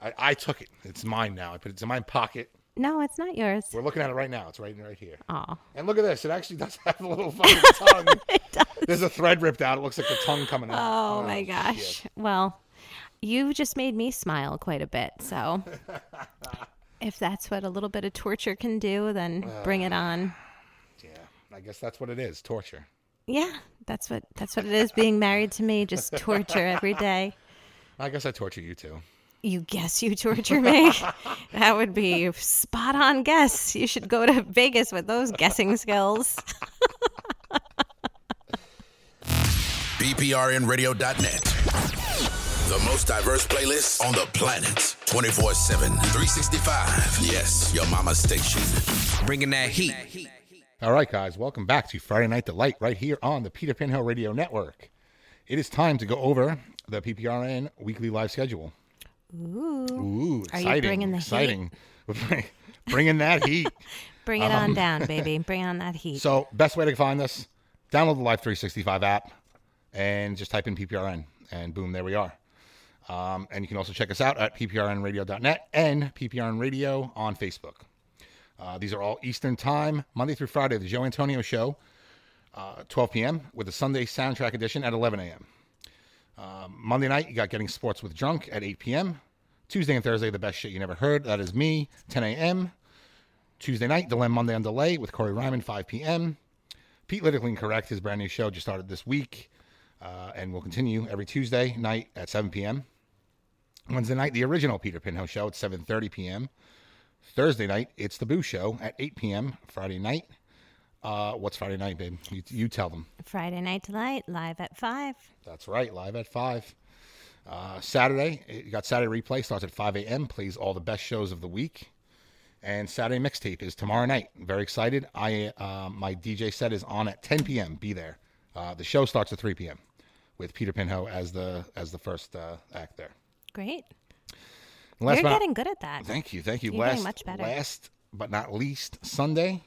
I, I took it. It's mine now. I put it in my pocket. No, it's not yours. We're looking at it right now. It's right right here. Aw. And look at this. It actually does have a little fucking tongue. There's a thread ripped out. It looks like the tongue coming out. Oh my gosh. Well, you just made me smile quite a bit. So if that's what a little bit of torture can do, then bring it on. Yeah. I guess that's what it is. Torture. Yeah, that's what that's what it is being married to me, just torture every day. I guess I torture you too. You guess you torture me. that would be spot on guess. You should go to Vegas with those guessing skills. BPRNradio.net. The most diverse playlist on the planet. 24 7, 365. Yes, your mama's station. Bringing that heat. All right, guys. Welcome back to Friday Night Delight right here on the Peter Pinhill Radio Network. It is time to go over the PPRN weekly live schedule. Ooh. Are exciting. you bringing the heat? exciting. Heat? bringing that heat. Bring it on down, baby. Bring on that heat. Um, So, best way to find us, download the Life 365 app and just type in PPRN, and boom, there we are. Um, and you can also check us out at pprnradio.net and PPRN Radio on Facebook. Uh, these are all Eastern Time, Monday through Friday, the Joe Antonio Show, uh, 12 p.m., with a Sunday soundtrack edition at 11 a.m. Um, Monday night, you got Getting Sports with Drunk at 8 p.m. Tuesday and Thursday, The Best Shit You Never Heard. That is me, 10 a.m. Tuesday night, Dilemma Monday on Delay with Corey Ryman, 5 p.m. Pete Litically Incorrect, his brand new show just started this week. Uh, and we'll continue every Tuesday night at 7 p.m. Wednesday night, the original Peter Pinhouse Show at 7.30 p.m. Thursday night, it's the Boo Show at 8 p.m. Friday night. Uh, what's Friday night, babe? You, you tell them. Friday Night Delight, live at 5. That's right, live at 5. Uh, Saturday, you got Saturday replay, starts at 5 a.m., plays all the best shows of the week. And Saturday mixtape is tomorrow night. Very excited. I uh, My DJ set is on at 10 p.m. Be there. Uh, the show starts at 3 p.m. with Peter Pinho as the as the first uh, act there. Great. And last You're but not- getting good at that. Thank you, thank you. You're last, doing much better. last but not least, Sunday,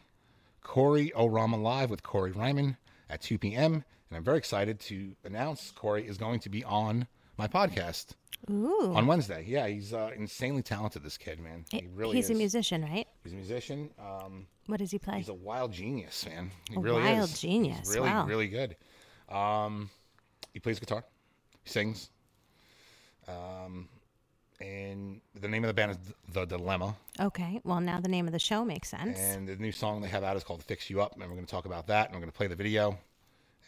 Corey Orama live with Corey Ryman at 2 p.m. And I'm very excited to announce Corey is going to be on my podcast Ooh. Eh, on Wednesday. Yeah, he's uh, insanely talented. This kid, man, he really He's is. a musician, right? He's a musician. Um, What does he play? he's a wild genius, man. He A really wild is. He's genius, really, wow. really good. Um, he plays guitar, he sings. Um, and the name of the band is The Dilemma. okay. Well, now the name of the show makes sense. And the new song they have out is called Fix You Up. And we're going to talk about that. And we're going to play the video.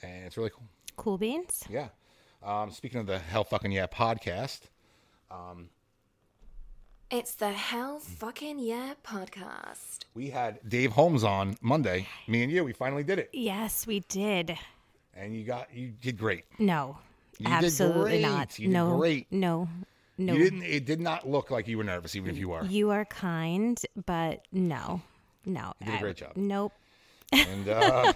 And it's really cool. cool beans. Yeah. Um, speaking of the Hell Fucking Yeah podcast, um, It's the Hell Fucking Yeah podcast. we had Dave Holmes on Monday. Me and you, we finally did it. Yes, we did. And you got, you did great. No. You did great. absolutely not. You did no. great. No. No. You didn't, it did not look like you were nervous, even if you were. You are kind, but no. No. You did a I- great job. Nope. And uh,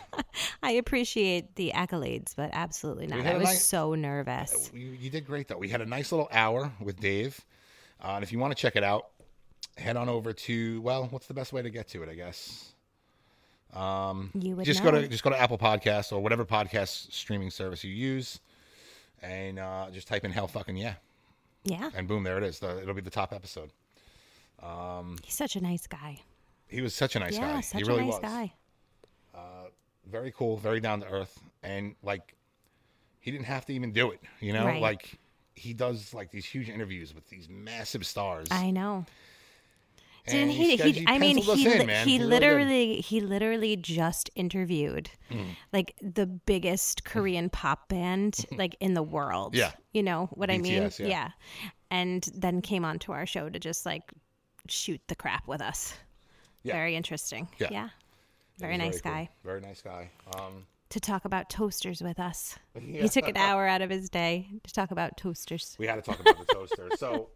I appreciate the accolades, but absolutely not. had I a was nice- so nervous. you, you did great, though. We had a nice little hour with Dave. Uh, and if you want to check it out, head on over to, well, what's the best way to get to it, I guess? You would uh, just know. go to just go to Apple Podcasts or whatever podcast streaming service you use, and uh, just type in "hell fucking yeah," yeah. and boom, there it is. The, it'll be the top episode. He's such a nice guy. He was such a nice yeah, guy. such he really a nice was. guy. Very cool, very down to earth, and like he didn't have to even do it. You know, Right. like he does like these huge interviews with these massive stars. I know. and Didn't he? sched- he, I mean, penciled us he in, li- man. he really did. literally he literally just interviewed Hmm. like the biggest Korean pop band like in the world. Hmm. Yeah. you know what I mean? BTS, yeah. and then came on to our show to just like shoot the crap with us. Yeah. Very interesting. Yeah. He very was nice cool. guy Very nice guy. Um, to talk about toasters with us. He took an hour out of his day to talk about toasters. we had to talk about the toaster, so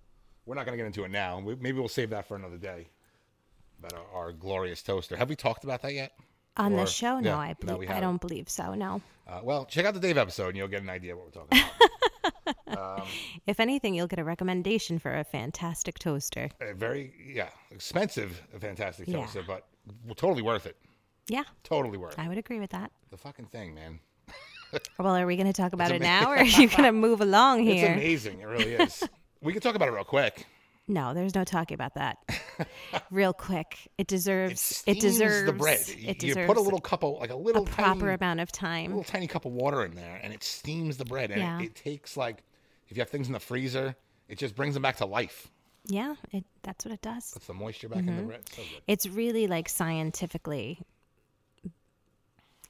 we're not going to get into it now. We, maybe we'll save that for another day. About our, our glorious toaster. Have we talked about that yet? on or- this show? No, yeah, I no, believe, we I haven't. don't believe so. No. Uh, well, check out the Dave episode and you'll get an idea of what we're talking If anything, you'll get a recommendation for a fantastic toaster. about. Uh, very, yeah, expensive, a fantastic Yeah. toaster, but w- totally worth it. Yeah, Totally worth it. I would agree with that. The fucking thing, man. Well, are we going to talk about it now, or are you going to move along It's here? amazing. It really is. we can talk about it real quick. No, there's no talking about that. Real quick, it deserves. It, steams deserves the bread. You, It you deserves put a little cup of, like a a little proper tiny, amount of time. little tiny cup of water in there, and it steams the bread. And Yeah. it, it takes like, if you have things in the freezer, it just brings them back to life. Yeah, it, that's what it does. Puts the moisture back in Mm-hmm. the bread. So good. It's really like scientifically.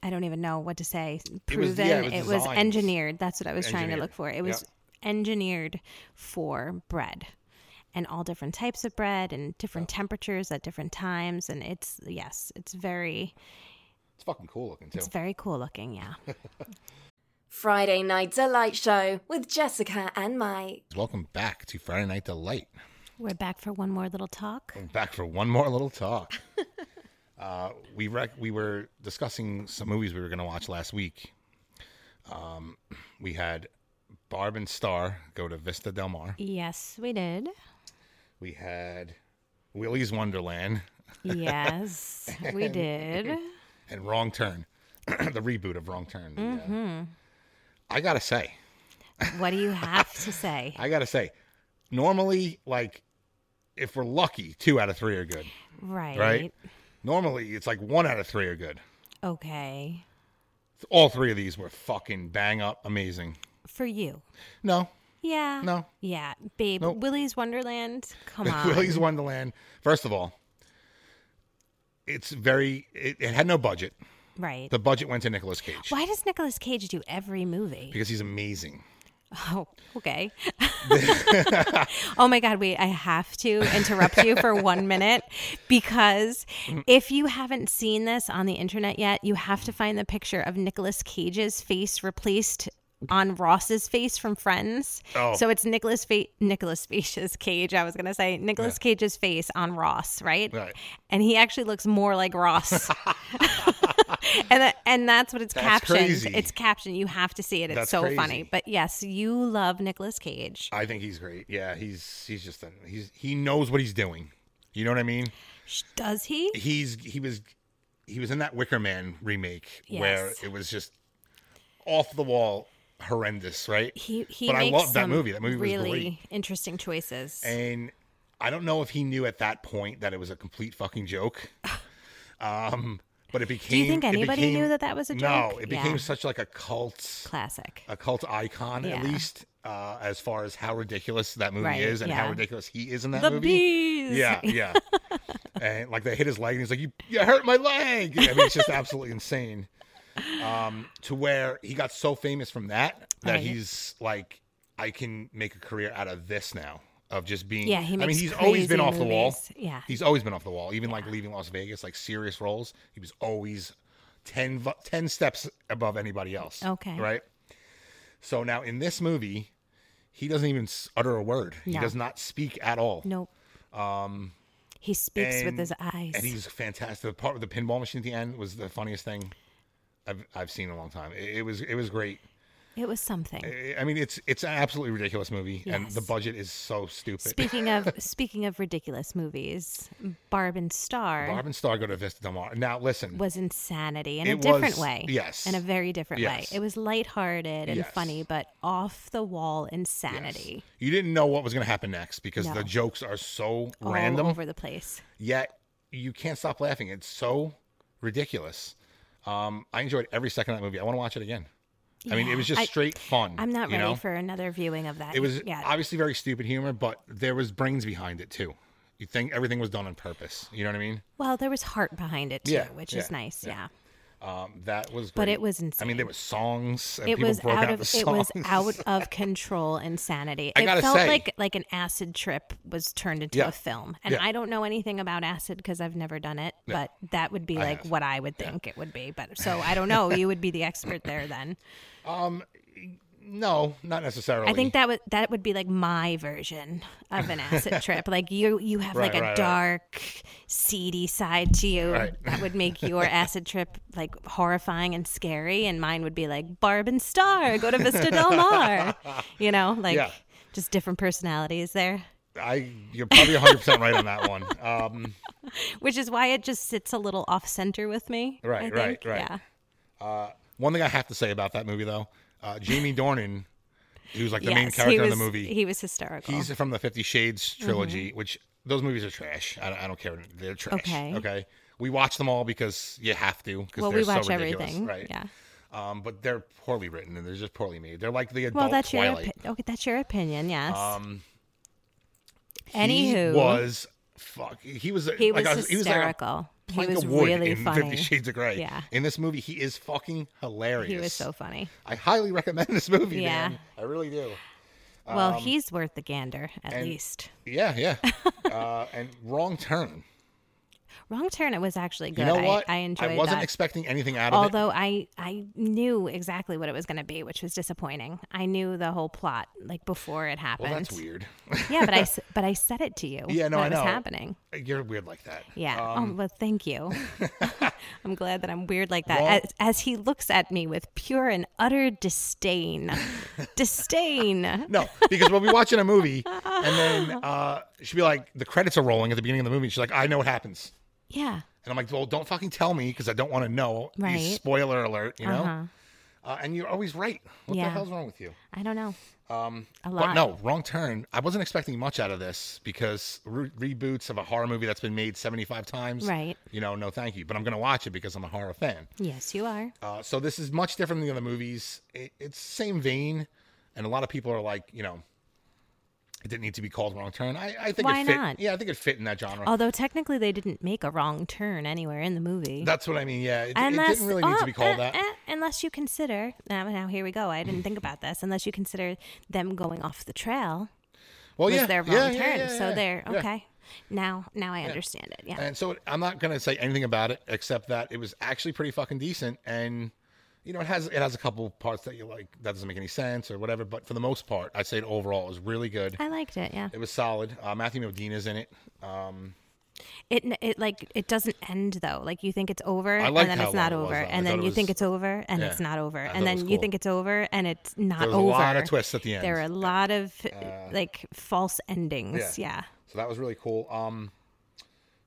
I don't even know what to say. It was- Proven. yeah, it was it was designed. engineered. That's what I was trying to Engineered. look for. It Yeah. was engineered for bread and all different types of bread and different temperatures at different times. And it's, yes, it's very, It's fucking cool looking too. it's very cool looking. Yeah. Friday Night Delight Show with Jessica and Mike. Welcome back to Friday Night Delight. We're back for one more little talk. We're back for one more little talk. uh, we rec- we were discussing some movies we were going to watch last week. Um, we had Barb and Star go to Vista Del Mar. Yes, we did. We had Willy's Wonderland Yes, we did. and Wrong Turn, the reboot of Wrong Turn. the, uh, Mm-hmm. I gotta say, What do you have to say? I gotta say, normally like if we're lucky, two out of three are good, Right. right? Normally it's like one out of three are good. Okay. All three of these were fucking bang up amazing. For you. No, Yeah. No. Yeah, babe. Nope. Willy's Wonderland. Come on. Willy's Wonderland. First of all, it's very. It, it had no budget. Right. The budget went to Nicolas Cage Why does Nicolas Cage do every movie? because he's amazing. Oh, okay. oh my God, wait, I have to interrupt you for one minute because if you haven't seen this on the internet yet, you have to find the picture of Nicolas Cage's face replaced on Ross's face from Friends. Oh. So it's Nicolas fa- Nicolas Fage's Cage, I was going to say Nicolas Cage's face on Ross, right? Right. And he actually looks more like Ross. and that, and that's what it's That's captioned. crazy. It's captioned. You have to see it. It's That's so crazy. funny. But yes, you love Nicolas Cage. I think he's great. Yeah, he's he's just a, he's he knows what he's doing. You know what I mean? Sh- Does he? He's he was he was in that Wicker Man remake where Yes. it was just off the wall horrendous, right? He he But I makes loved that some movie. That movie was really great. interesting choices. And I don't know if he knew at that point that it was a complete fucking joke. um, but it became. think it anybody knew became- that that was a No, joke? it became Yeah. such like a cult, Classic. a cult icon at Yeah. least, uh, as far as how ridiculous that movie Right, is and how yeah. ridiculous he is in that The movie. bees. Yeah, yeah. and like they hit his leg, and he's like, "You, you hurt my leg." I mean, it's just absolutely insane. Um, to where he got so famous from that that Right. he's like, I can make a career out of this now of just being. Yeah, he I mean, makes he's always been crazy off the wall. movies. Yeah. he's always been off the wall. Even like leaving Las Vegas, like serious roles, he was always 10, vo- 10 steps above anybody else. Okay. right. So now in this movie, he doesn't even s- utter a word. He No. does not speak at all. Nope. Um. He speaks with his eyes. And he's fantastic. The part with the pinball machine at the end was the funniest thing I've I've seen in a long time. It, it was it was great. It was something. I I mean, it's it's an absolutely ridiculous movie, and the Yes. budget is so stupid. Speaking of speaking of ridiculous movies, Barb and Star Barb and Star go to Vista Del Mar. Now listen, was insanity in a It different was- way. yes. In a very different Yes. way. It was lighthearted and Yes. funny, but off the wall yes. insanity. you didn't know what was going to happen next because No. the jokes are so All random. over the place. yet you can't stop laughing. It's so ridiculous. Um, I enjoyed every second of that movie. I want to watch it again. I mean, it Yeah. was just I- straight fun. I'm not you ready know? for another viewing of that. It was yeah. obviously very stupid humor, but there was brains behind it too. You think everything was done on purpose. You know what I mean? well, there was heart behind it too, Yeah, which yeah, is nice. Yeah. Um, that was. Great. But it was I mean, there insane. were songs. And It people was broke out out of the it was songs. out of control insanity. I it gotta felt say- like like an acid trip was turned into Yeah. a film. And Yeah. I don't know anything about acid because I've never done it, but that would be like have. what I would think it would be. But so I don't know, you would be the expert there then. No, not necessarily. I think that would that would be like my version of an acid trip. Like you you have Right, like a right, right. dark, seedy side to you. Right. That would make your acid trip like horrifying and scary, and mine would be like Barb and Star go to Vista Del Mar. you know, like Yeah. just different personalities there, I you're probably 100 percent right on that one. Um, which is why it just sits a little off center with me. I Right, think. right, right. Yeah. one thing I have to say about that movie though, uh, Jamie Dornan, he was like the main Yes, character he was, in the movie. He Oh. Mm-hmm. was hysterical. He's from the Fifty Shades trilogy, which those movies are trash. I don't, I don't care. They're trash. Okay. Okay. We watch them all because you have to. 'cause well, they're we watch so ridiculous, everything. Right. Yeah. Um, but they're poorly written and they're just poorly made. They're like the adult Well, that's Twilight. your opi- okay. That's your opinion. Yes. Um, he Anywho, was fuck. He was He like, was I was, he was like a hysterical. He plank was, of wood really in funny. Fifty Shades of Grey. Yeah. In this movie, he is fucking hilarious. He was so funny. I highly recommend this movie. Yeah. man. I really do. Well, he's worth the gander, at Um, and- least. Yeah, yeah. uh, and wrong turn. Wrong Turn, it was actually good. You know what? I, I enjoyed I wasn't that. expecting anything out of it. Although I, I knew exactly what it was going to be, which was disappointing. I knew the whole plot like before it happened. Well, that's weird. yeah, but I s- but I said it to you. Yeah, no, that I it was know. happening. You're weird like that. Yeah. Um, oh well, thank you. I'm glad that I'm weird like that. Wrong- As, as he looks at me with pure and utter disdain, disdain. No, because we'll be watching a movie, and then uh, she'll be like, the credits are rolling at the beginning of the movie. And she's like, I know what happens. Yeah. And I'm like, well, don't fucking tell me because I don't want to know. You Right. Uh-huh. Spoiler alert, you know? Uh, and you're always right. What the Yeah. hell's wrong with you? I don't know. Um, a But lot. no, wrong turn. I wasn't expecting much out of this because re- reboots of a horror movie that's been made 75 times. Right. You know, no thank you. But I'm going to watch it because I'm a horror fan. Yes, you are. Uh, so this is much different than the other movies. It, it's same vein, and a lot of people are like, you know, It didn't need to be called Wrong Turn. I, I think Why it fit. not? Yeah, I think it fit in that genre. Although technically they didn't make a wrong turn anywhere in the movie. That's what I mean. Yeah, it, it didn't really need oh, to be called eh, that. eh, unless you consider now, now here we go. I didn't think about this. Unless you consider them going off the trail well, was Oh, yeah, their wrong yeah, turn. yeah, yeah, so yeah, there, yeah. okay. Now, now I understand it. Yeah. And so I'm not gonna say anything about it except that it was actually pretty fucking decent, and you know it has it has a couple parts that you like that doesn't make any sense or whatever. But for the most part, I'd say it overall it was really good. I liked it. Yeah. It was solid. Uh, Matthew Modina's in it. Um, It n- it like it doesn't end though. Like you think it's over I and liked then how it's not long it was, over, though. I and thought then it you think was- it's over and Yeah. it's not over, I and thought it was then you cool. think it's over and it's not there was a over. lot of twists at the end. Uh, There were a lot of like false endings. Yeah. Yeah. So that was really cool. Um,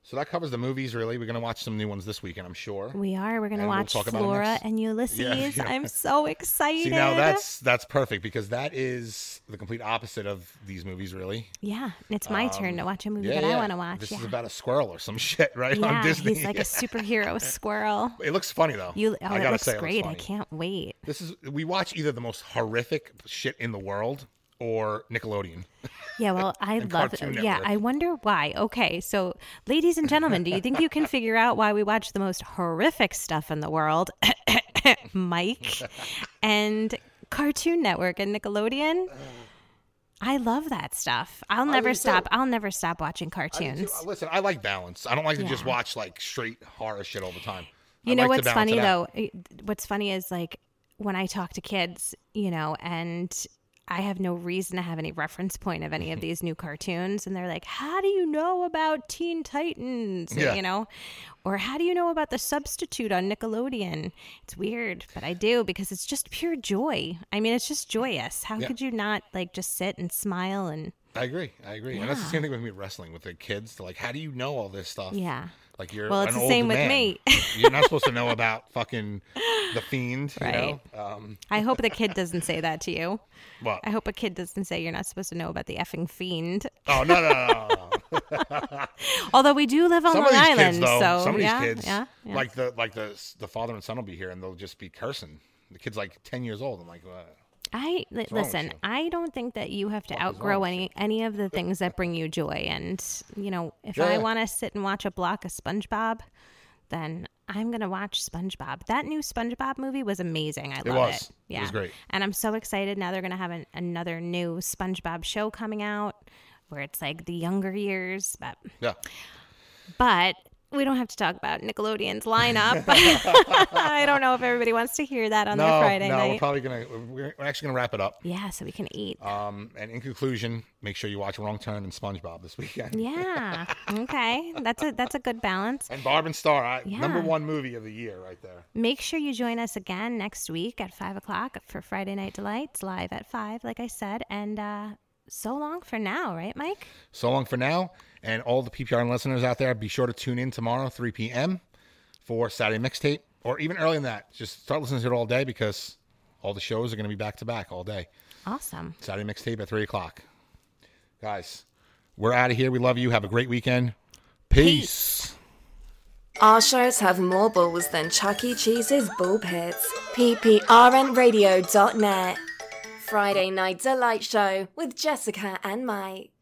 so that covers the movies. Really, we're gonna watch some new ones this weekend, I'm sure. We are. We're gonna And we'll watch talk about it Flora next- and Ulysses. yeah. I'm so excited. See now that's that's perfect because that is the complete opposite of these movies, really. yeah. It's my turn to watch a movie that I want to watch. um, This yeah. is about a squirrel or some shit, right? yeah. On Disney. He's like a superhero squirrel. it looks funny though. You. Oh, I it gotta looks say, it looks great. I funny. can't wait. This is we watch either the most horrific shit in the world or Nickelodeon. Yeah, well, I and love it. Cartoon Yeah, Network. I wonder why. Okay, so ladies and gentlemen, do you think you can figure out why we watch the most horrific stuff in the world? Mike and Cartoon Network and Nickelodeon? I love that stuff. I'll never Uh. do too. stop. I'll never stop watching I mean, too, cartoons. uh, listen, I like balance. I don't like to just Yeah. watch like straight horror shit all the time. You I know like to what's balance funny it out. though? eh, What's funny is like when I talk to kids, you know, and I have no reason to have any reference point of any of these new cartoons, and they're like, "How do you know about Teen Titans?" Yeah. You know, or "How do you know about the substitute on Nickelodeon?" It's weird, but I do because it's just pure joy. I mean, it's just joyous. How Yeah. could you not like just sit and smile and I agree. I agree. And that's the same thing with me wrestling with the kids. They're like, how do you know all this stuff? yeah? Like you're Well, it's an the old same with man. me. you're not supposed to know about fucking the fiend, you Right. know? Um, I hope the kid doesn't say that to you. but I hope a kid doesn't say you're not supposed to know about the effing fiend. oh no, no, no, no, no. Although we do live on Some Long of these Island, kids though, so some of these yeah, kids, yeah, yeah. like the like the the father and son will be here and they'll just be cursing. The kid's like ten years old. I'm like, uh, I li- wrong with listen. you? I don't think that you have to What is wrong outgrow with any any of the things that bring you joy. And you know, if Yeah. I want to sit and watch a block of SpongeBob, then I'm gonna watch SpongeBob. That new SpongeBob movie was amazing. I love was. it. It Yeah, was great. And I'm so excited now. They're gonna have an, another new SpongeBob show coming out where it's like the younger years, but yeah. but we don't have to talk about Nickelodeon's lineup. I don't know if everybody wants to hear that on No, their Friday no, we're night. probably gonna we're, we're actually gonna wrap it up. yeah, so we can eat. Um, and in conclusion, make sure you watch Wrong Turn and SpongeBob this weekend. yeah. Okay. That's a that's a good balance. And Barb and Star, I, number Yeah. one movie of the year, right there. Make sure you join us again next week at five o'clock for Friday Night Delights live at five, like I said. And uh, so long for now, right, Mike? So long for now. And all the PPR listeners out there, be sure to tune in tomorrow, 3 p.m., for Saturday Mixtape, or even earlier than that. Just start listening to it all day because all the shows are going to be back to back all day. Awesome. Saturday Mixtape at 3 o'clock. Guys, we're out of here. We love you. Have a great weekend. Peace. Our shows have more balls than Chuck E. Cheese's ball pits. PPRNradio.net. Friday Night Delight Show with Jessica and Mike.